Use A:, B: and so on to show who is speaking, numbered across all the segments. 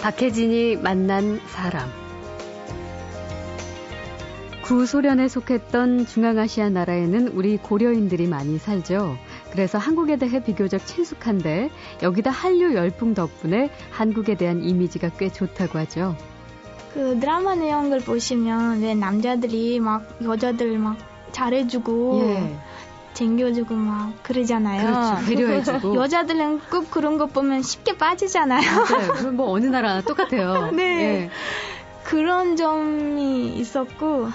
A: 박혜진이 만난 사람. 구소련에 속했던 중앙아시아 나라에는 우리 고려인들이 많이 살죠. 그래서 한국에 대해 비교적 친숙한데 여기다 한류 열풍 덕분에 한국에 대한 이미지가 꽤 좋다고 하죠.
B: 그 드라마 내용을 보시면 왜 남자들이 막 여자들 막 잘해주고 쟁겨주고 막
A: 예,
B: 그러잖아요.
A: 그렇죠. 배려해주고.
B: 여자들은 꼭 그런 것 보면 쉽게 빠지잖아요.
A: 맞아요. 뭐 어느 나라나 똑같아요. 예.
B: 네. 그런 점이 있었고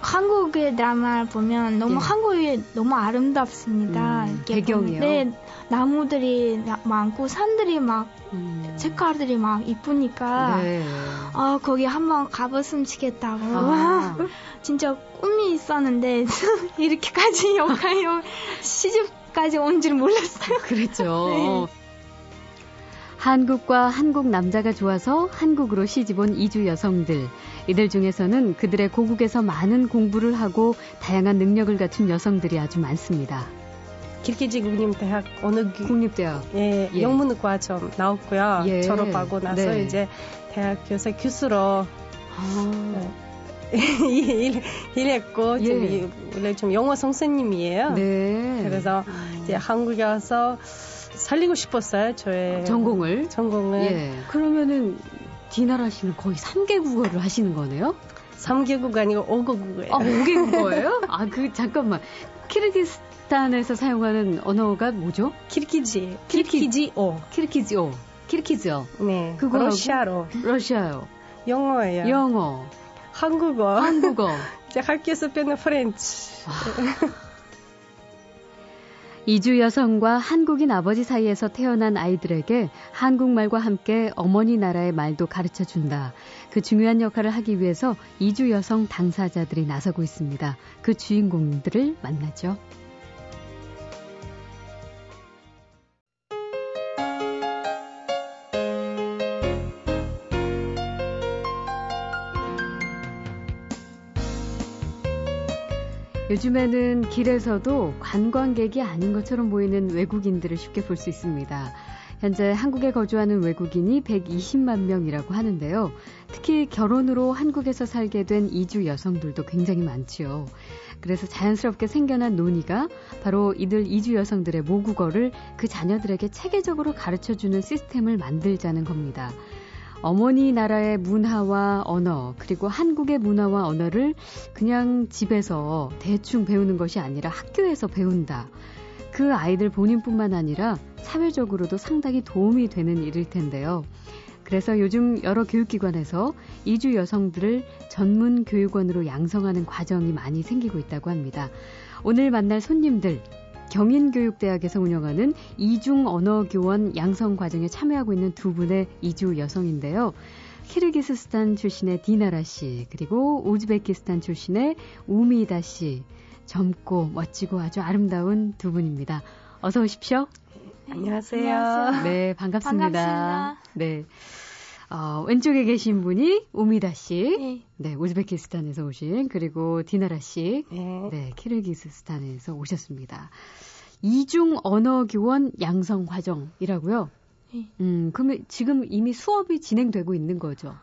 B: 한국의 드라마를 보면 너무
A: 예.
B: 한국이 너무 아름답습니다.
A: 음,
B: 이렇게
A: 배경이요?
B: 보면, 네, 나무들이 나- 많고 산들이 막
A: 음.
B: 색깔들이 막 이쁘니까
A: 네.
B: 아 거기 한번 가봤으면 좋겠다고
A: 아.
B: 진짜 꿈이 있었는데 이렇게까지 여기까지 오- 시집까지 온 줄 몰랐어요.
A: 그랬죠.
B: 네.
A: 한국과 한국 남자가 좋아서 한국으로 시집 온 이주 여성들. 이들 중에서는 그들의 고국에서 많은 공부를 하고 다양한 능력을 갖춘 여성들이 아주 많습니다.
C: 길기지 국립대학 어느 기-
A: 국립대학.
C: 예,
A: 예.
C: 영문과 좀 나왔고요.
A: 예.
C: 졸업하고 나서
A: 네.
C: 이제 대학교에서 교수로
A: 아,
C: 일, 일했고
A: 예.
C: 지금 이- 원래 좀 영어 선생님이에요.
A: 네.
C: 그래서 이제 한국에 와서 살리고 싶었어요. 저의
A: 전공을.
C: 전공을
A: 예. 그러면은 디나라 씨는 거의 3개 국어를 하시는 거네요?
C: 3개국 아니고 5개국이에요.
A: 아, 5개 국어예요? 아, 그 잠깐만. 키르기스탄에서 사용하는 언어가 뭐죠?
C: 키르키지,
A: 키르키-
C: 키르키지어.
A: 키르키즈오. 키르키즈어.
C: 네,
A: 그거하고-
C: 러시아로
A: 러시아요.
C: 영어예요.
A: 영어,
C: 한국어.
A: 한국어.
C: 이제 학교에서 배는 프렌치.
A: 이주 여성과 한국인 아버지 사이에서 태어난 아이들에게 한국말과 함께 어머니 나라의 말도 가르쳐 준다. 그 중요한 역할을 하기 위해서 이주 여성 당사자들이 나서고 있습니다. 그 주인공들을 만나죠. 요즘에는 길에서도 관광객이 아닌 것처럼 보이는 외국인들을 쉽게 볼 수 있습니다. 현재 한국에 거주하는 외국인이 120만 명이라고 하는데요. 특히 결혼으로 한국에서 살게 된 이주 여성들도 굉장히 많지요. 그래서 자연스럽게 생겨난 논의가 바로 이들 이주 여성들의 모국어를 그 자녀들에게 체계적으로 가르쳐주는 시스템을 만들자는 겁니다. 어머니 나라의 문화와 언어, 그리고 한국의 문화와 언어를 그냥 집에서 대충 배우는 것이 아니라 학교에서 배운다. 그 아이들 본인뿐만 아니라 사회적으로도 상당히 도움이 되는 일일 텐데요. 그래서 요즘 여러 교육기관에서 이주 여성들을 전문 교육원으로 양성하는 과정이 많이 생기고 있다고 합니다. 오늘 만날 손님들, 경인교육대학에서 운영하는 이중 언어교원 양성 과정에 참여하고 있는 두 분의 이주 여성인데요. 키르기스스탄 출신의 디나라 씨, 그리고 우즈베키스탄 출신의 우미다 씨. 젊고 멋지고 아주 아름다운 두 분입니다. 어서 오십시오.
C: 안녕하세요.
B: 안녕하세요.
A: 네, 반갑습니다.
B: 반갑습니다.
A: 네. 어, 왼쪽에 계신 분이 우미다 씨.
B: 네.
A: 네, 우즈베키스탄에서 오신 그리고 디나라 씨.
C: 네.
A: 네, 키르기스스탄에서 오셨습니다. 이중 언어 교원 양성 과정이라고요.
B: 네.
A: 음, 그러면 지금 이미 수업이 진행되고 있는 거죠.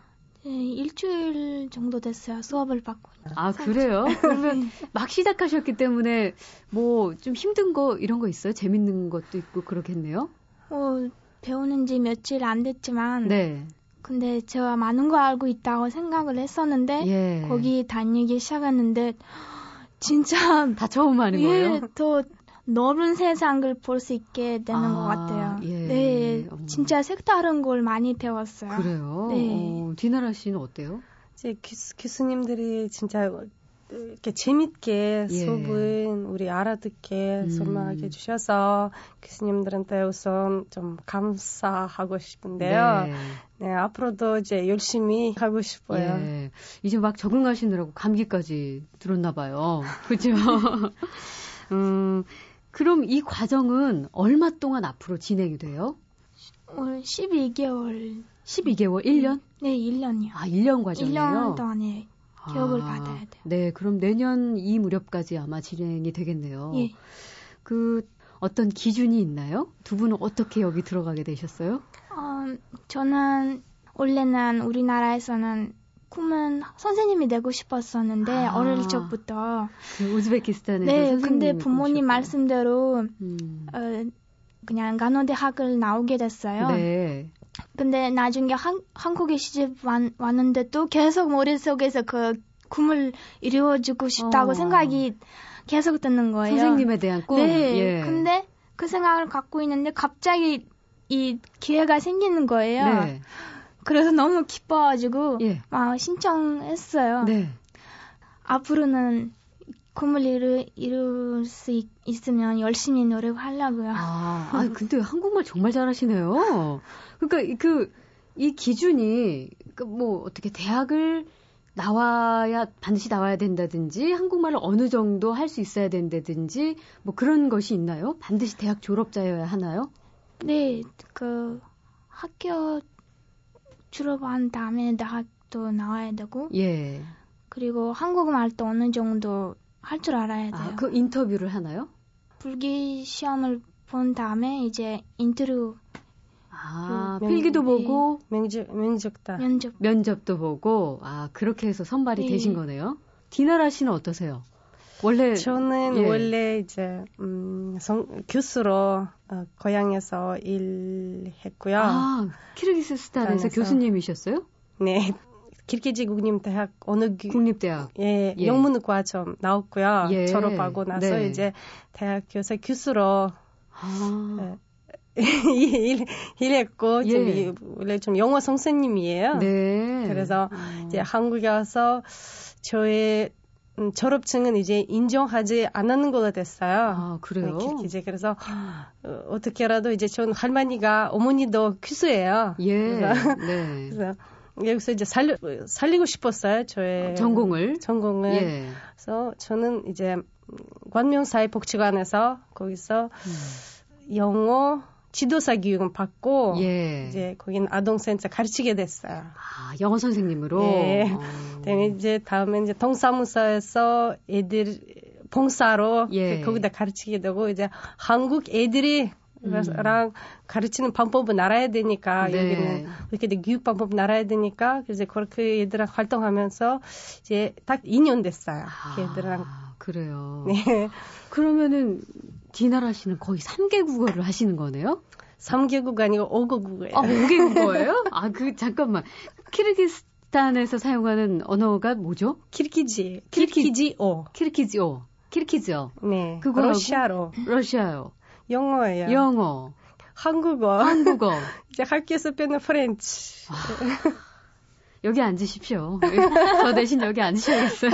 B: 네, 일주일 정도 됐어요. 수업을 받고.
A: 아, 그래요? 그러면 막 시작하셨기 때문에 뭐 좀 힘든 거 이런 거 있어요? 재밌는 것도 있고 그러겠네요.
B: 어, 배우는 지 며칠 안 됐지만
A: 네.
B: 근데 제가 많은 거 알고 있다고 생각을 했었는데
A: 예.
B: 네? 거기 다니기 시작했는데 진짜
A: 다 처음 하는 거예요?
B: 예, 더 넓은 세상을 볼 수 있게 되는
A: 아,
B: 것 같아요.
A: 예.
B: 네,
A: 어.
B: 진짜 색다른 걸 많이 배웠어요.
A: 그래요.
B: 네.
A: 어, 디나라 씨는 어때요?
C: 이제 교수, 교수님들이 진짜 이렇게 재밌게
A: 예.
C: 수업은 우리 알아듣게
A: 음.
C: 설명해 주셔서 교수님들한테 우선 좀 감사하고 싶은데요. 네, 앞으로도 이제 열심히 하고 싶어요.
A: 예. 이제 막 적응하시느라고 감기까지 들었나 봐요. 그죠? 음, 그럼 이 과정은 얼마 동안 앞으로 진행이 돼요?
B: 올 12개월,
A: 12개월, 1년?
B: 네, 1년이요.
A: 아, 1년 과정이에요?
B: 1년 동안에 예. 교육을
A: 아,
B: 받아야 돼요.
A: 네, 그럼 내년 이 무렵까지 아마 진행이 되겠네요.
B: 예.
A: 그 어떤 기준이 있나요? 두 분은 어떻게 여기 들어가게 되셨어요?
B: 어, 저는 원래는 우리나라에서는 꿈은 선생님이 되고 싶었었는데
A: 아.
B: 어릴 적부터
A: 그 우즈베키스탄에서
B: 네
A: 선생님이
B: 근데
A: 되고
B: 부모님
A: 싶어요.
B: 말씀대로
A: 음.
B: 어, 그냥 간호대학을 나오게 됐어요.
A: 네.
B: 근데 나중에 한, 한국에 시집 왔, 왔는데 또 계속 머릿속에서 그 꿈을 이루어주고 싶다고
A: 어.
B: 생각이 계속 드는 거예요.
A: 선생님에 대한 꿈.
B: 네.
A: 예.
B: 근데 그 생각을 갖고 있는데 갑자기 이 기회가 생기는 거예요.
A: 네.
B: 그래서 너무 기뻐가지고
A: 예.
B: 막 신청했어요.
A: 네.
B: 앞으로는 꿈을 이루, 이룰 수 있, 있으면 열심히 노력하려고요.
A: 아, 아, 근데 한국말 정말 잘하시네요. 그러니까 이 그, 이 기준이, 그 뭐, 어떻게 대학을 나와야, 반드시 나와야 된다든지, 한국말을 어느 정도 할 수 있어야 된다든지, 뭐 그런 것이 있나요? 반드시 대학 졸업자여야 하나요?
B: 네, 그 학교 졸업한 다음에 대학도 나와야 되고
A: 예.
B: 그리고 한국말도 어느 정도 할 줄 알아야 돼요.
A: 아, 그 인터뷰를 하나요?
B: 불기 시험을 본 다음에 이제 인터뷰
A: 아,
B: 그
C: 음,
A: 필기도
C: 네.
A: 보고,
C: 면접,
A: 아.
C: 면접다.
A: 예.
B: 면접
A: 면접도 보고, 아, 그렇게 해서 선발이
B: 네.
A: 되신 거네요. 디나라 씨는 어떠세요? 원래,
C: 저는
A: 예.
C: 원래 이제 음, 성, 교수로 어, 고향에서 일했고요.
A: 아, 키르기스스탄에서
C: 안에서.
A: 교수님이셨어요?
C: 네, 길게지 국립대학 어느 기,
A: 국립대학.
C: 예,
A: 예.
C: 영문과 좀 나왔고요.
A: 예.
C: 졸업하고 나서
A: 네.
C: 이제 대학교에서 교수로
A: 아,
C: 일, 일했고 좀
A: 예.
C: 이- 원래 좀 영어 선생님이에요.
A: 네.
C: 그래서
A: 어.
C: 이제 한국에 와서 저의 음, 졸업증은 이제 인정하지 않는 걸로 됐어요.
A: 아, 그래요?
C: 네, 기- 이제 그래서 어, 어떻게라도 이제 전 할머니가 어머니도 교수예요.
A: 예.
C: 그래서,
A: 네.
C: 그래서 여기서 이제 살려, 살리고 싶었어요. 저의
A: 네. 아, 전공을.
C: 전공을.
A: 예.
C: 그래서 저는 이제 음, 관명사회복지관에서 거기서 영어 지도사 교육을 받고
A: 예.
C: 어, 이제 거긴 아동센터 가르치게 됐어요.
A: 아, 영어 선생님으로.
C: 예.
A: 어.
C: 그다음에 이제 다음에 이제 동사무소에서 애들 봉사로
A: 예.
C: 그- 거기다 가르치게 되고 이제 한국 애들이랑 가르치는 방법은 알아야 되니까
A: 음. 네.
C: 여기는 이렇게 돼, 교육 방법은 알아야 되니까 그래서 그렇게 애들랑 활동하면서 이제 딱 2년 됐어요. 그 애들랑
A: 아, 그래요.
C: 네.
A: 그러면은 디나라 씨는 거의 3개 국어를 하시는 거네요?
C: 3개국 아니고 5개국이에요.
A: 아, 5개 국어예요? 아, 그 잠깐만. 키르기스탄에서 사용하는 언어가 뭐죠?
C: 키르키지,
A: 키르키-
C: 키르키지어.
A: 키르키즈어. 키르키즈어.
C: 네.
A: 그거하고?
C: 러시아로,
A: 러시아요.
C: 영어예요.
A: 영어.
C: 한국어.
A: 한국어.
C: 이제 학교에서 빼는 프렌치.
A: 여기 앉으십시오. 저 대신 여기 앉으셔야겠어요.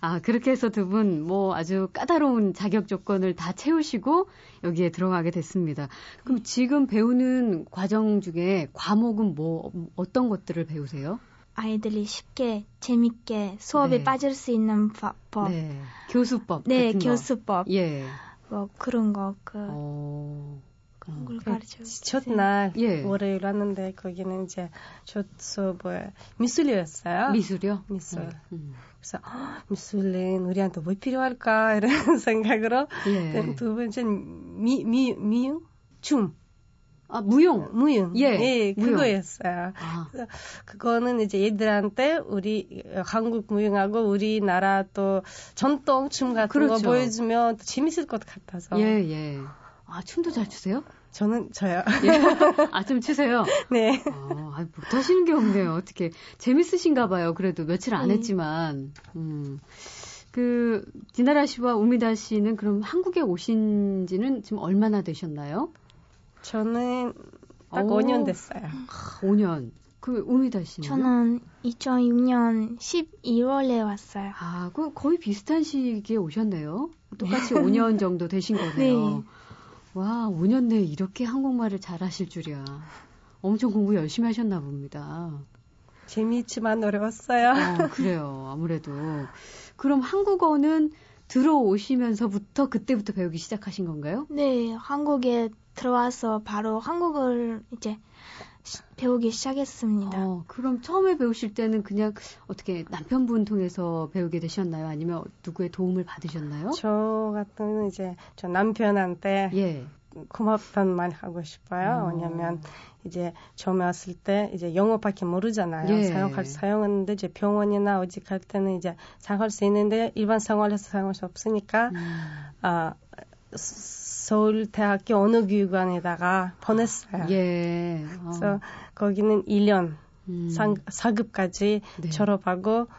A: 아, 그렇게 해서 두 분 뭐 아주 까다로운 자격 조건을 다 채우시고 여기에 들어가게 됐습니다. 그럼 지금 배우는 과정 중에 과목은 뭐 어떤 것들을 배우세요?
B: 아이들이 쉽게 재밌게 수업에
A: 네.
B: 빠질 수 있는 바- 법, 네,
A: 네. 교수법 같은
B: 교수법
A: 거. 예.
B: 뭐 그런 거그
A: 어.
B: 그런 걸
C: 그럼
B: 가르쳐.
C: 첫날
A: 예.
C: 월요일 왔는데 거기는 이제 저 수업을 미술이었어요.
A: 미술이요?
C: 미술.
A: 음.
C: 그래서 "헉, 미술은 우리한테 왜 필요할까 이런 생각으로
A: 예.
C: 두 번째는 미, 미, 미용? 춤.
A: 아, 무용.
C: 무용.
A: 예, 무용.
C: 그거였어요.
A: 아,
C: 그거는 이제 얘들한테 우리 어, 한국 무용하고 우리나라 또 전통 춤 같은
A: 그렇죠.
C: 거 보여주면 또 재밌을 것 같아서
A: 예, 예. 아, 춤도 잘 추세요?
C: 저는 저요.
A: 예. 아, 좀 추세요?
C: 네.
A: 어, 아, 못하시는 게 없네요. 어떻게 재밌으신가 봐요. 그래도 며칠 안
B: 네.
A: 했지만, 음. 그 디나라 씨와 우미다 씨는 그럼 한국에 오신지는 지금 얼마나 되셨나요?
C: 저는 딱
A: 오.
C: 5년 됐어요.
A: 5년. 그 우미다 씨는?
B: 저는 2006년 12월에 왔어요.
A: 아, 그 거의 비슷한 시기에 오셨네요. 똑같이 5년 정도 되신 거네요.
B: 네.
A: 와, 5년 내에 이렇게 한국말을 잘하실 줄이야. 엄청 공부 열심히 하셨나 봅니다.
C: 재미있지만 어려웠어요.
A: 어, 그래요. 아무래도. 그럼 한국어는 들어오시면서부터 그때부터 배우기 시작하신 건가요?
B: 네, 한국에 들어와서 바로 한국어를 이제 시- 배우기 시작했습니다.
A: 어, 그럼 처음에 배우실 때는 그냥 어떻게 남편분 통해서 배우게 되셨나요? 아니면 누구의 도움을 받으셨나요?
C: 저 같은 이제 저 남편한테
A: 어? 예.
C: 고맙단 말 하고 싶어요. 왜냐면 이제 처음에 왔을 때 이제 영어밖에 모르잖아요.
A: 예.
C: 사용할 사용하는데 이제 병원이나 어디 갈 때는 이제 사용할 수 있는데 일반 생활에서 사용할 수 없으니까 아 서- 서울대학교 언어교육원에다가 보냈어요.
A: 예. 어.
C: 그래서 거기는 1년
A: 음.
C: 상, 4급까지
A: 네.
C: 졸업하고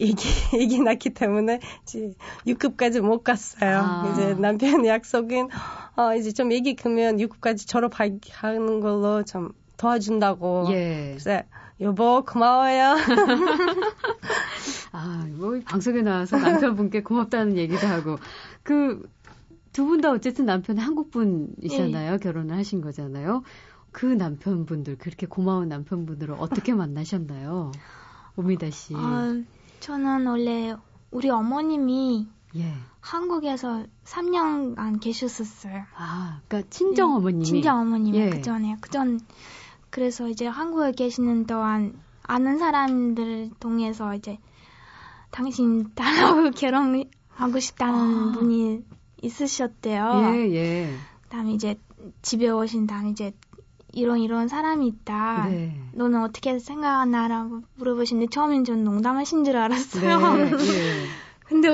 C: 애기, 애기 낳기 때문에 이제 6급까지 못 갔어요.
A: 아.
C: 이제 남편 약속은 어, 이제 좀 애기 크면 6급까지 졸업하는 걸로 좀 도와준다고.
A: 예.
C: 그래서 여보 고마워요.
A: 아, 뭐 방송에 나와서 남편분께 고맙다는 얘기도 하고 그 두 분 다 어쨌든 남편이 한국 분이잖아요.
B: 네.
A: 결혼을 하신 거잖아요. 그 남편분들 그렇게 고마운 남편분들을 어떻게 만나셨나요? 오미다 씨.
B: 어, 저는 원래 우리 어머님이
A: 예.
B: 한국에서 3년간 계셨었어요.
A: 아, 그러니까 친정 어머님이
B: 예, 친정 어머님이
A: 예.
B: 그 전에 그전 그래서 이제 한국에 계시는 동안 아는 사람들 통해서 이제 당신 딸하고 결혼하고 싶다는
A: 아.
B: 분이 있으셨대요.
A: 예, 예.
B: 그다음에 이제 집에 오신 다음에 이제 이런 이런 사람이 있다.
A: 네.
B: 너는 어떻게 생각하나라고 물어보시는데 처음엔 전 농담하신 줄
A: 네.
B: 알았어요.
A: 예.
B: 근데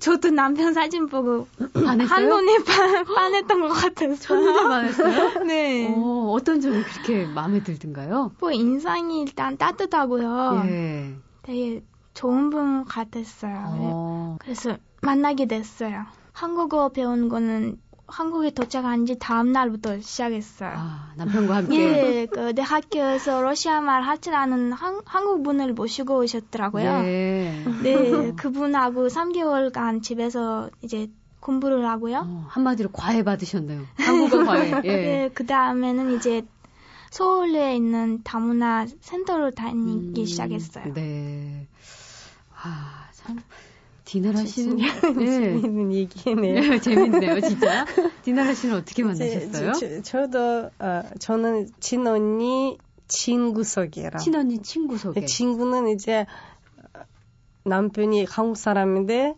B: 저도 남편 사진 보고
A: 반했어요?
B: 한눈에 반, 반했던 것 같았어요.
A: 첫눈에 반했어요?
B: 네.
A: 어, 어떤 점이 그렇게 마음에 들던가요?
B: 뭐 인상이 일단 따뜻하고요.
A: 예.
B: 되게 좋은 분 같았어요. 네.
A: 어.
B: 그래서 만나게 됐어요. 한국어 배운 거는 한국에 도착한 지 다음 날부터 시작했어요.
A: 아, 남편과 함께
B: 예, 그 대학교에서 러시아 말 할 줄 아는 한, 한국 분을 모시고 오셨더라고요.
A: 예.
B: 네, 그분하고 3개월간 집에서 이제 공부를 하고요.
A: 어, 한마디로 과외 받으셨네요. 한국어 과외. 예.
B: 네, 그 다음에는 이제 서울에 있는 다문화 센터를 다니기
A: 음,
B: 시작했어요.
A: 네. 와, 참 디나라 씨는 네.
C: 재밌는 얘기네요.
A: 네, 재밌네요, 진짜. 디나라 씨는 어떻게 만나셨어요?
C: 저, 도 어, 저는 친언니 친구석이라.
A: 친언니 아. 네, 친구 소개.
C: 그 친구는 이제 남편이 한국 사람인데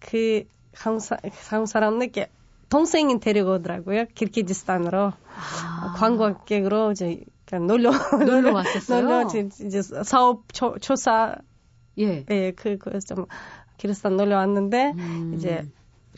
C: 그 한국, 사, 한국 사람에게 동생이 데리고 오더라고요. 키르기지스탄으로
A: 아,
C: 관광객으로 이제 그냥 놀러
A: 놀러 왔었어요?
C: 놀러 이제, 이제 사업 조, 조사
A: 예.
C: 예 그거 좀 키르기스탄 놀러 왔는데
A: 음.
C: 이제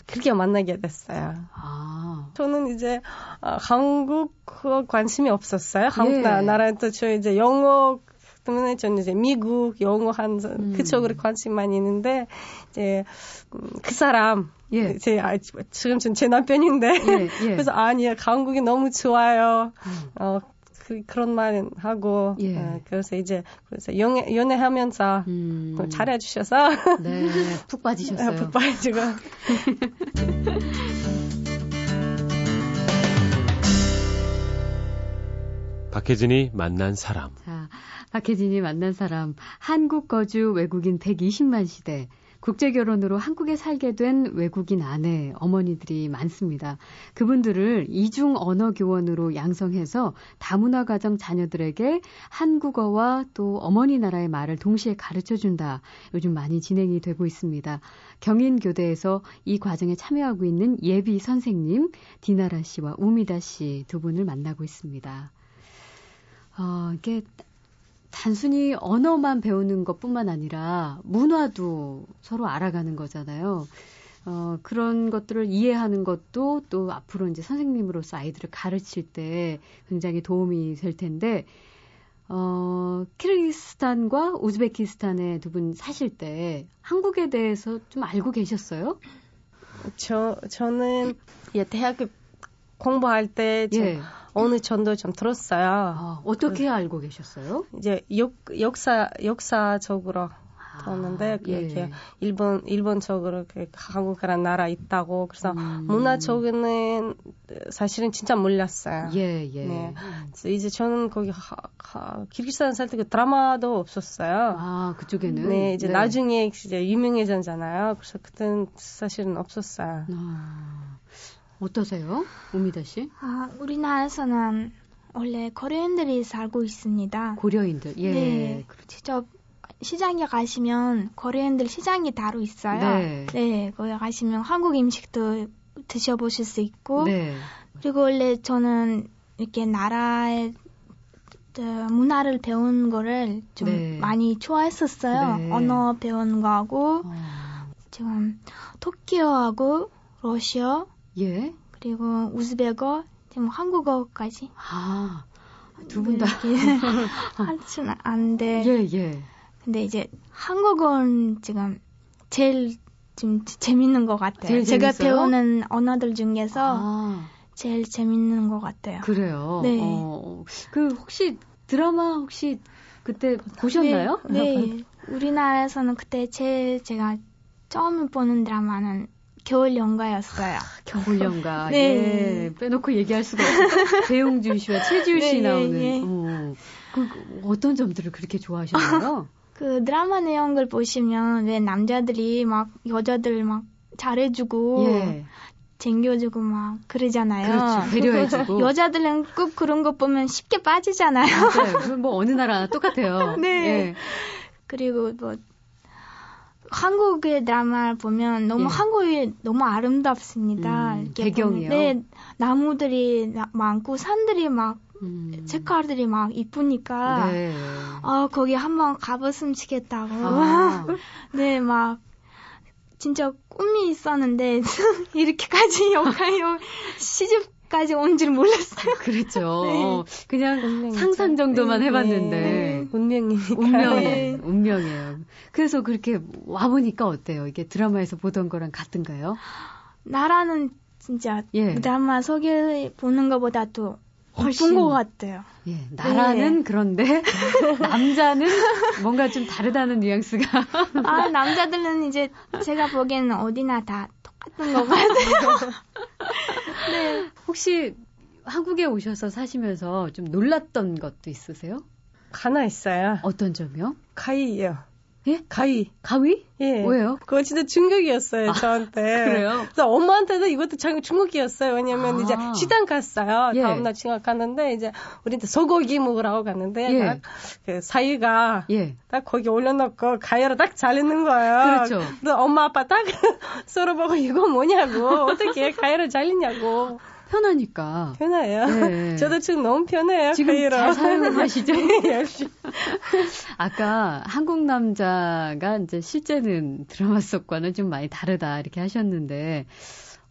C: 그렇게 만나게 됐어요.
A: 아,
C: 저는 이제 어, 한국 어, 관심이 없었어요. 한국
A: 예.
C: 나- 나라에서 저 이제 영어 때문에 저는 이제 미국 영어 한
A: 음.
C: 그쪽으로 관심 많이 있는데 이제 음, 그 사람
A: 예.
C: 제 아, 지금 전 제 남편인데
A: 예, 예.
C: 그래서 아니요 한국이 너무 좋아요.
A: 음.
C: 어 그, 런 말은 하고
A: 예.
C: 어, 그래서 이제 그래서 연애 연애하면서
A: 음.
C: 또뭐 잘해주셔서
A: 네, 푹 빠지셨어요.
C: 바빠지고
D: 박혜진이 만난 사람.
A: 자, 박혜진이 만난 사람, 한국 거주 외국인 120만 시대, 국제 결혼으로 한국에 살게 된 외국인 아내, 어머니들이 많습니다. 그분들을 이중 언어 교원으로 양성해서 다문화 가정 자녀들에게 한국어와 또 어머니 나라의 말을 동시에 가르쳐 준다. 요즘 많이 진행이 되고 있습니다. 경인교대에서 이 과정에 참여하고 있는 예비 선생님 디나라 씨와 우미다 씨 두 분을 만나고 있습니다. 어, 이게 단순히 언어만 배우는 것뿐만 아니라 문화도 서로 알아가는 거잖아요. 어, 그런 것들을 이해하는 것도 또 앞으로 이제 선생님으로서 아이들을 가르칠 때 굉장히 도움이 될 텐데, 어, 키르기스탄과 우즈베키스탄에 두 분 사실 때 한국에 대해서 좀 알고 계셨어요?
C: 저 저는 예, 대학교 공부할 때 좀
A: 예.
C: 어느 정도 좀 들었어요.
A: 아, 어떻게
C: 그렇죠.
A: 알고 계셨어요?
C: 이제 역, 역사 역사적으로
A: 아,
C: 들었는데 그
A: 예.
C: 이렇게 일본 일본적으로 그 한국이라는 나라 있다고 그래서
A: 음.
C: 문화적으로는 사실은 진짜 몰랐어요.
A: 예, 예.
C: 네. 그래서 이제 저는 거기 하, 하, 기르기스탄 살 때 그 드라마도 없었어요.
A: 아, 그쪽에는?
C: 네, 이제 나중에 이제 유명해졌잖아요. 그래서 그때는 사실은 없었어요.
A: 아, 어떠세요? 우미다 씨?
B: 아, 우리나라에서는 원래 코리안들이 살고 있습니다.
A: 고려인들. 예.
B: 네, 직접 시장에 가시면 코리안들 시장이 따로 있어요.
A: 네.
B: 거기 가시면 한국 음식도 드셔보실 수 있고
A: 네.
B: 그리고 원래 저는 이렇게 나라의 어, 문화를 배운 거를 좀
A: 네.
B: 많이 좋아했었어요.
A: 네.
B: 언어 배운 거하고
A: 어,
B: 지금 토끼어하고 러시아
A: 예.
B: 그리고 우즈베거 지금 한국어까지
A: 아, 두 분 다.
B: 이렇게 할순 안돼.
A: 예, 예.
B: 근데 이제 한국어는 지금 제일 좀 재- 재밌는 것 같아요.
A: 제일
B: 제가
A: 재밌어요?
B: 배우는 언어들 중에서
A: 아,
B: 제일 재밌는 것 같아요.
A: 그래요.
B: 네.
A: 어, 그 혹시 드라마 혹시 그때 보셨나요?
B: 네, 네. 우리나라에서는 그때 제일 제가 처음 보는 드라마는 겨울
A: 아.
B: 연가였어요.
A: 겨울연가.
B: 네.
A: 예. 빼놓고 얘기할 수가 없어요. 배용준 씨와 최지우 씨
B: 네,
A: 나오는.
B: 예, 예.
A: 어, 그, 그 어떤 점들을 그렇게 좋아하셨나요?
B: 그 드라마 내용을 보시면 왜 남자들이 막 여자들 막 잘해주고
A: 예.
B: 쟁겨주고 막 그러잖아요.
A: 그렇죠. 배려해주고.
B: 여자들은 꼭 그런 거 보면 쉽게 빠지잖아요.
A: 맞아요. 그건 뭐 어느 나라나 똑같아요.
B: 네.
A: 예.
B: 그리고 뭐 한국의 드라마를 보면 너무
A: 예.
B: 한국이 너무 아름답습니다.
A: 음,
B: 이렇게
A: 배경이요?
B: 보면, 네, 나무들이 나- 많고 산들이 막
A: 음.
B: 색깔들이 막 이쁘니까
A: 네.
B: 아 거기 한번 가봤으면 좋겠다고.
A: 아.
B: 네, 막 진짜 꿈이 있었는데 이렇게까지 역할요 시집까지 온 줄 몰랐어요.
A: 그렇죠.
B: 네.
A: 그냥
C: 운명이죠.
A: 상상 정도만
C: 네.
A: 해봤는데.
C: 네. 운명이니까.
A: 운명이에요.
B: 네.
A: 운명이에요. 그래서 그렇게 와보니까 어때요? 이게 드라마에서 보던 거랑 같은가요?
B: 나라는 진짜
A: 예.
B: 드라마 소개 보는 것보다 도
A: 훨씬.
B: 예쁜 것 같아요.
A: 예, 나라는
B: 네.
A: 그런데 남자는 뭔가 좀 다르다는 뉘앙스가
B: 아 남자들은 이제 제가 보기에는 어디나 다 똑같은 것 같아요. 네.
A: 혹시 한국에 오셔서 사시면서 좀 놀랐던 것도 있으세요?
C: 하나 있어요.
A: 어떤 점이요?
C: 가위예요.
A: 예?
C: 가위.
A: 가위?
C: 예.
A: 왜요? 아,
C: 그거 진짜 충격이었어요, 저한테.
A: 그래요?
C: 그래서 엄마한테도 이것도 참 충격이었어요. 왜냐면
A: 아.
C: 이제 시장 갔어요.
A: 예.
C: 다음날 시장 갔는데, 이제 우리한테 소고기 먹으라고 갔는데,
A: 예.
C: 딱 그 사위가
A: 예.
C: 딱 거기 올려놓고 가위로 딱 잘리는 거예요.
A: 그렇죠.
C: 근데 엄마 아빠 딱 서로 보고 이거 뭐냐고, 어떻게 가위로 잘리냐고.
A: 편하니까.
C: 편해요.
A: 네.
C: 저도 지금 너무 편해요,
A: 지금
C: 가위로.
A: 잘 사용을 하시죠?
C: 역시.
A: 아까 한국 남자가 이제 실제는 드라마 속과는 좀 많이 다르다 이렇게 하셨는데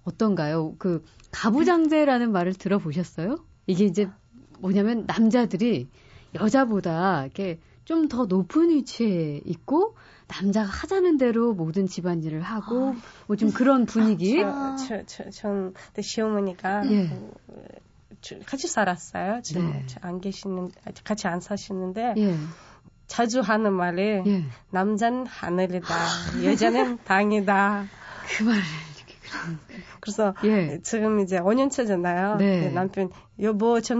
A: 어떤가요? 그 가부장제라는 말을 들어보셨어요? 이게 이제 뭐냐면 남자들이 여자보다 이렇게 좀 더 높은 위치에 있고 남자가 하자는 대로 모든 집안일을 하고 뭐 좀 그런 분위기.
C: 저, 저, 저, 전, 근데 시어머니가
A: 아. 예.
C: 그, 주- 같이 살았어요. 지금
A: 네.
C: 안 계시는, 아, 같이 안 사시는데
A: 예.
C: 자주 하는 말이
A: 예. 아.
C: 남자는 하늘이다, 여자는 땅이다.
A: 그 말을
C: 그래서
A: 예.
C: 지금 이제 5년차잖아요.
A: 네.
C: 남편 여보 좀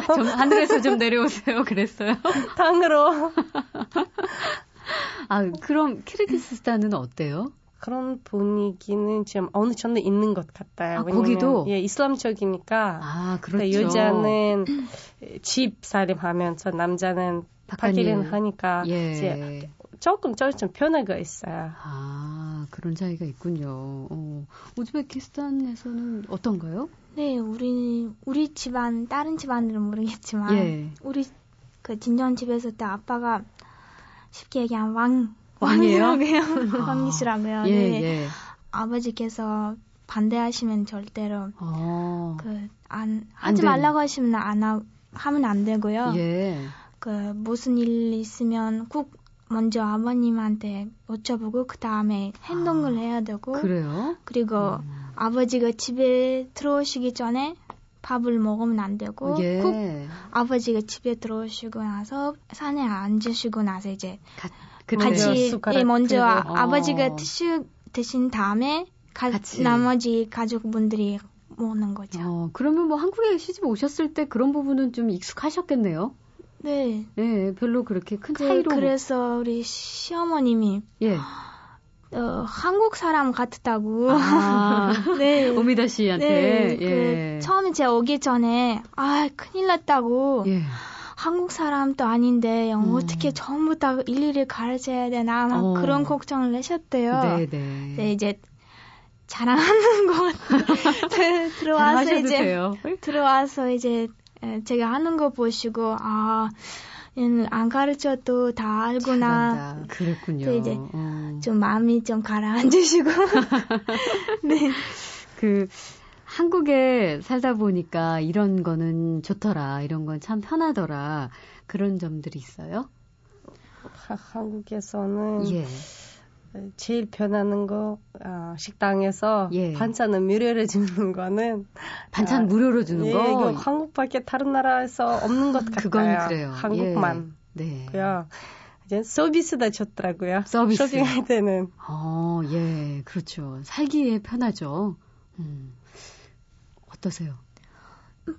A: 좀 하늘에서 좀 내려오세요. 그랬어요.
C: 땅으로.
A: 아, 그럼 키르기스스탄은 어때요?
C: 그런 분위기는 지금 어느 정도 있는 것 같아요.
A: 아,
C: 왜냐면
A: 거기도?
C: 예, 이슬람적이니까
A: 아, 그렇죠.
C: 근데 그러니까
B: 그러니까
C: 여자는 집 살림하면서 남자는
A: 바깥일.
C: 밖일은 하니까 이제
A: 예.
C: 조금 조금 편하게 있어요.
A: 아, 그런 차이가 있군요. 어, 우즈베키스탄에서는 어떤가요?
B: 네, 우리 우리 집안 다른 집안들은 모르겠지만
A: 예.
B: 우리 그 진전 집에 있을 때 아빠가 쉽게 얘기하면 왕
A: 왕이에요?
B: 왕이라고요. 왕이시라고요.
A: 예,
B: 네.
A: 예.
B: 아버지께서 반대하시면 절대로
A: 어.
B: 그 안 하지
A: 되는.
B: 말라고 하시면 안 하, 하면 안 되고요.
A: 예.
B: 그 무슨 일 있으면 꼭 먼저 아버님한테 여쭤보고 그 다음에 행동을 해야 되고
A: 그래요?
B: 리고
A: 음.
B: 아버지가 집에 들어오시기 전에 밥을 먹으면 안 되고
A: 예.
B: 꼭 아버지가 집에 들어오시고 나서 산에 앉으시고 나서 이제
A: 가-
C: 먼저
B: 같이
C: 숟가락
B: 예, 먼저 아,
C: 들고.
B: 아버지가 드시, 드신 다음에 가,
A: 어. 같이.
B: 나머지 가족분들이 먹는 거죠.
A: 어, 그러면 뭐 한국에 시집 오셨을 때 그런 부분은 좀 익숙하셨겠네요.
B: 네.
A: 예, 별로 그렇게 큰
B: 그,
A: 차이로.
B: 그래서 우리 시어머님이
A: 예.
B: 어, 한국 사람 같다고.
A: 아,
B: 네.
A: 오미다 씨한테.
B: 네.
A: 예.
B: 그 처음에 제가 오기 전에 아 큰일 났다고
A: 예.
B: 한국 사람도 아닌데
A: 음.
B: 어떻게 전부 다 일일이 가르쳐야 되나 막
A: 어.
B: 그런 걱정을 하셨대요.
A: 네, 네.
B: 네, 이제 자랑하는 것 같아요. 네, 들어와서
A: 잘하셔도
B: 이제
A: 돼요.
B: 들어와서 이제 에, 제가 하는 거 보시고 아 얘는 안 가르쳐도 다 알구나.
A: 잘한다. 그랬군요.
B: 또 이제
A: 어.
B: 좀 마음이 좀 가라앉으시고 네
A: 그 한국에 살다 보니까 이런 거는 좋더라, 이런 건 참 편하더라 그런 점들이 있어요.
C: 하- 한국에서는
A: 예,
C: 제일 편하는 거 아, 식당에서
A: 예.
C: 반찬은 무료로 주는 거는
A: 반찬
C: 아,
A: 무료로 주는
C: 예, 이거
A: 거.
C: 한국밖에 다른 나라에서 없는 것 같아요.
A: 그건 그래요. 예.
C: 한국만고요.
A: 네.
C: 이제 서비스도 좋더라고요.
A: 서비스.
C: 쇼핑할 때는
A: 어, 예, 그렇죠. 살기에 편하죠. 음. 어떠세요?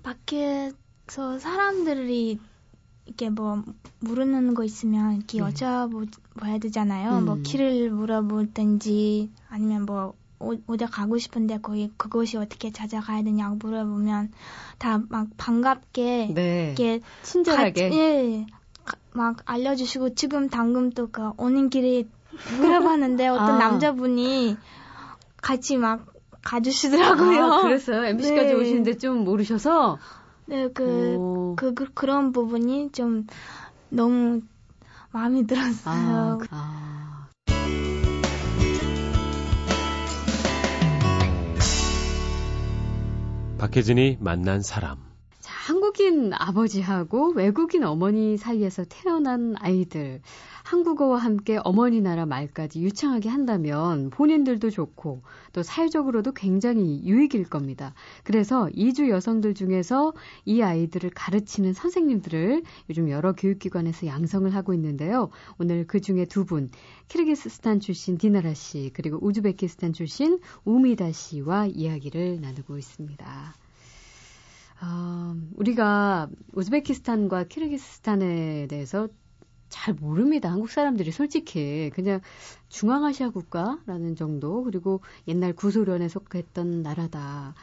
B: 밖에서 사람들이 이렇게 뭐 모르는 거 있으면 이렇게
A: 네.
B: 여쭤봐야 되잖아요.
A: 음.
B: 뭐 길을 물어볼든지 아니면 뭐 어- 어디 가고 싶은데 거기 그곳이 어떻게 찾아가야 되냐고 물어보면 다 막 반갑게
A: 네.
B: 이렇게
A: 친절하게.
B: 같이- 예, 가- 막 알려주시고 지금 당금 또 그 오는 길에 물어봤는데 어떤
A: 아.
B: 남자분이 같이 막 가주시더라고요.
A: 아, 그랬어요. MBC까지
B: 네.
A: 오시는데 좀 모르셔서
B: 네,
A: 음.
B: 그,
A: 오.
B: 그, 그 그런 부분이 좀 너무 마음에
A: 아,
B: 들었어요.
A: 그- 아.
D: 박혜진이 만난 사람.
A: 자, 한국인 아버지하고 외국인 어머니 사이에서 태어난 아이들. 한국어와 함께 어머니 나라 말까지 유창하게 한다면 본인들도 좋고 또 사회적으로도 굉장히 유익일 겁니다. 그래서 이주 여성들 중에서 이 아이들을 가르치는 선생님들을 요즘 여러 교육기관에서 양성을 하고 있는데요. 오늘 그 중에 두 분, 키르기스스탄 출신 디나라 씨, 그리고 우즈베키스탄 출신 우미다 씨와 이야기를 나누고 있습니다. 아, 우리가 우즈베키스탄과 키르기스탄에 대해서 잘 모릅니다. 한국 사람들이 솔직히 그냥 중앙아시아 국가라는 정도 그리고 옛날 구소련에 속했던 나라다.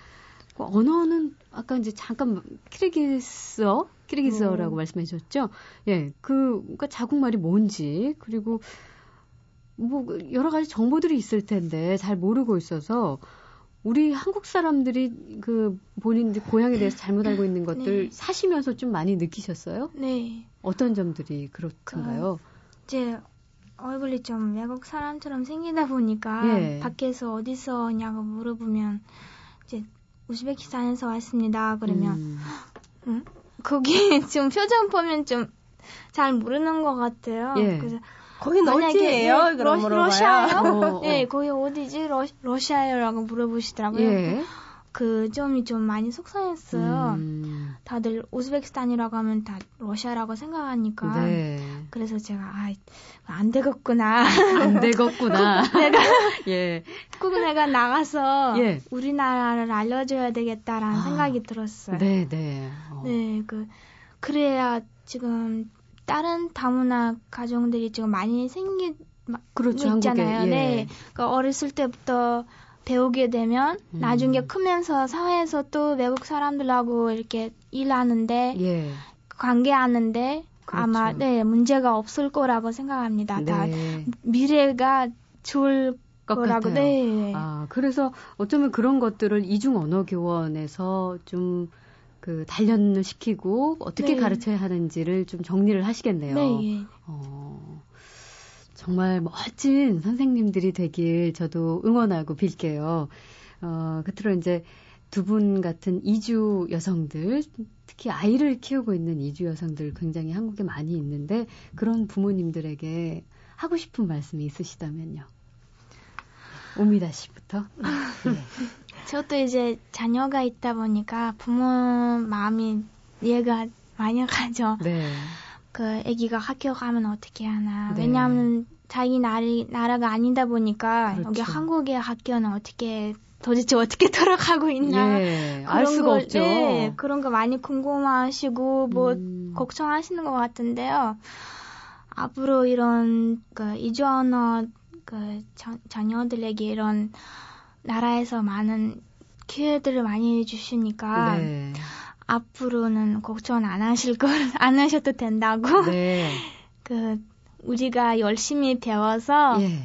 A: 그 언어는 아까 이제 잠깐 키르기스어 키르기스어라고 말씀해 주셨죠? 예, 그 그러니까 자국말이 뭔지 그리고 뭐 여러 가지 정보들이 있을 텐데 잘 모르고 있어서 우리 한국 사람들이 그 본인들 고향에 대해서 잘못 알고 있는 것들
B: 네.
A: 사시면서 좀 많이 느끼셨어요?
B: 네.
A: 어떤 점들이 그렇던가요?
B: 이제 얼굴이 좀 외국 사람처럼 생기다 보니까
A: 예.
B: 밖에서 어디서냐고 물어보면 이제 우즈베키스탄에서 왔습니다. 그러면
A: 음,
B: 거기 지금 표정 보면 좀 잘 모르는 것 같아요.
A: 예.
B: 그래서
C: 거긴
B: 만약에
C: 어디예요?
B: 예,
C: 그럼
B: 러-
C: 물어봐요.
B: 러시아요?
A: 어, 어.
B: 예, 거기 어디지? 러, 러시아요라고 물어보시더라고요.
A: 예.
B: 그 점이 좀 많이 속상했어요.
A: 음,
B: 다들 우즈베키스탄이라고 하면 다 러시아라고 생각하니까.
A: 네.
B: 그래서 제가 아, 안 되겠구나.
A: 안 되겠구나.
B: 내가
A: 예.
B: 꼭 내가 나가서
A: 예.
B: 우리나라를 알려줘야 되겠다라는
A: 아,
B: 생각이 들었어요.
A: 네, 네. 어.
B: 네, 그 그래야 지금 다른 다문화 가정들이 지금 많이 생기
A: 그렇죠. 한국에.
B: 있잖아요.
A: 예.
B: 네, 그러니까 어렸을 때부터 배우게 되면
A: 음.
B: 나중에 크면서 사회에서 또 외국 사람들하고 이렇게 일하는데
A: 예.
B: 관계하는데 아마
A: 그렇죠.
B: 네 문제가 없을 거라고 생각합니다. 다
A: 네.
B: 미래가 좋을
A: 것
B: 거라고
A: 같아요.
B: 네.
A: 아, 그래서 어쩌면 그런 것들을 이중 언어 교원에서 좀 그 단련을 시키고 어떻게
B: 네.
A: 가르쳐야 하는지를 좀 정리를 하시겠네요.
B: 네, 예.
A: 어, 정말 멋진 선생님들이 되길 저도 응원하고 빌게요. 어, 끝으로 이제 두 분 같은 이주 여성들, 특히 아이를 키우고 있는 이주 여성들 굉장히 한국에 많이 있는데 그런 부모님들에게 하고 싶은 말씀이 있으시다면요. 오미다 씨부터.
B: 저도 이제 자녀가 있다 보니까 부모 마음이 이해가 많이 가죠.
A: 네.
B: 그 아기가 학교 가면 어떻게 하나.
A: 네.
B: 왜냐하면 자기 나리, 나라가 아니다 보니까
A: 그렇죠.
B: 여기 한국의 학교는 어떻게 도대체 어떻게 돌아가고 있나.
A: 예.
B: 그런
A: 알 수가
B: 걸,
A: 없죠.
B: 네, 그런 거 많이 궁금하시고 뭐
A: 음.
B: 걱정하시는 것 같은데요. 앞으로 이런 그 이주 언어 그 자, 자녀들에게 이런 나라에서 많은 기회들을 많이 주시니까
A: 네.
B: 앞으로는 걱정 안 하실 걸안 하셔도 된다고
A: 네.
B: 그 우리가 열심히 배워서
A: 예.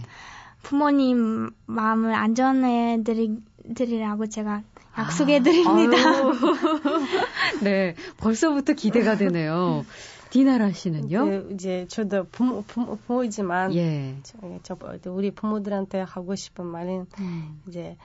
B: 부모님 마음을 안전해 드리, 드리라고 제가 약속해
A: 아,
B: 드립니다.
A: 아유. 네, 벌써부터 기대가 되네요. 디나라 씨는요?
C: 네, 이제 저도 부모, 부모, 부모이지만
A: 예.
C: 저, 저 뭐, 우리 부모들한테 하고 싶은 말은 이제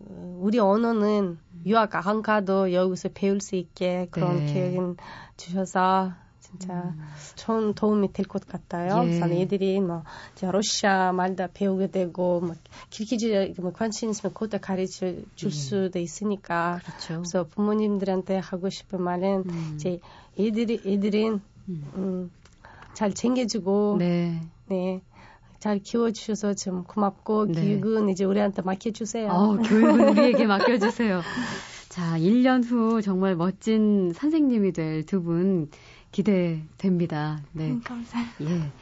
C: 어, 우리 언어는 유학 안 가도 여기서 배울 수 있게 그런
A: 음. 네. 음.
C: 기회는 주셔서 진짜 좋은 도움이 될 것 같아요.
A: 예.
C: 우선 애들이 뭐 이제 러시아 말다 배우게 되고 뭐 길기지 뭐 관심 있으면 그때 가르쳐 줄 수도 있으니까
A: 예. 그렇죠.
C: 그래서 부모님들한테 하고 싶은 말은
A: 음.
C: 이제 애들이 애들은
A: 음.
C: 음, 잘 챙겨주고
A: 네.
C: 네. 잘 키워주셔서 좀 고맙고,
A: 네.
C: 교육은 이제 우리한테 맡겨주세요.
A: 어, 교육은 우리에게 맡겨주세요. 자, 1년 후 정말 멋진 선생님이 될 두 분 기대됩니다. 네.
B: 음, 감사합니다.
A: 예.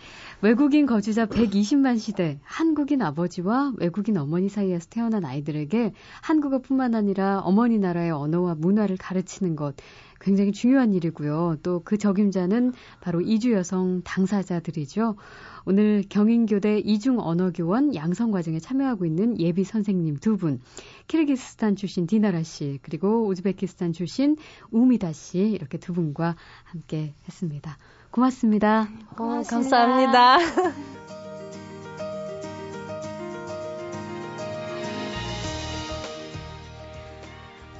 A: 외국인 거주자 120만 시대, 한국인 아버지와 외국인 어머니 사이에서 태어난 아이들에게 한국어뿐만 아니라 어머니 나라의 언어와 문화를 가르치는 것 굉장히 중요한 일이고요. 또 그 적임자는 바로 이주 여성 당사자들이죠. 오늘 경인교대 이중 언어교원 양성 과정에 참여하고 있는 예비 선생님 두 분, 키르기스탄 출신 디나라 씨, 그리고 우즈베키스탄 출신 우미다 씨 이렇게 두 분과 함께 했습니다. 고맙습니다.
C: 어,
B: 고맙습니다.
C: 감사합니다.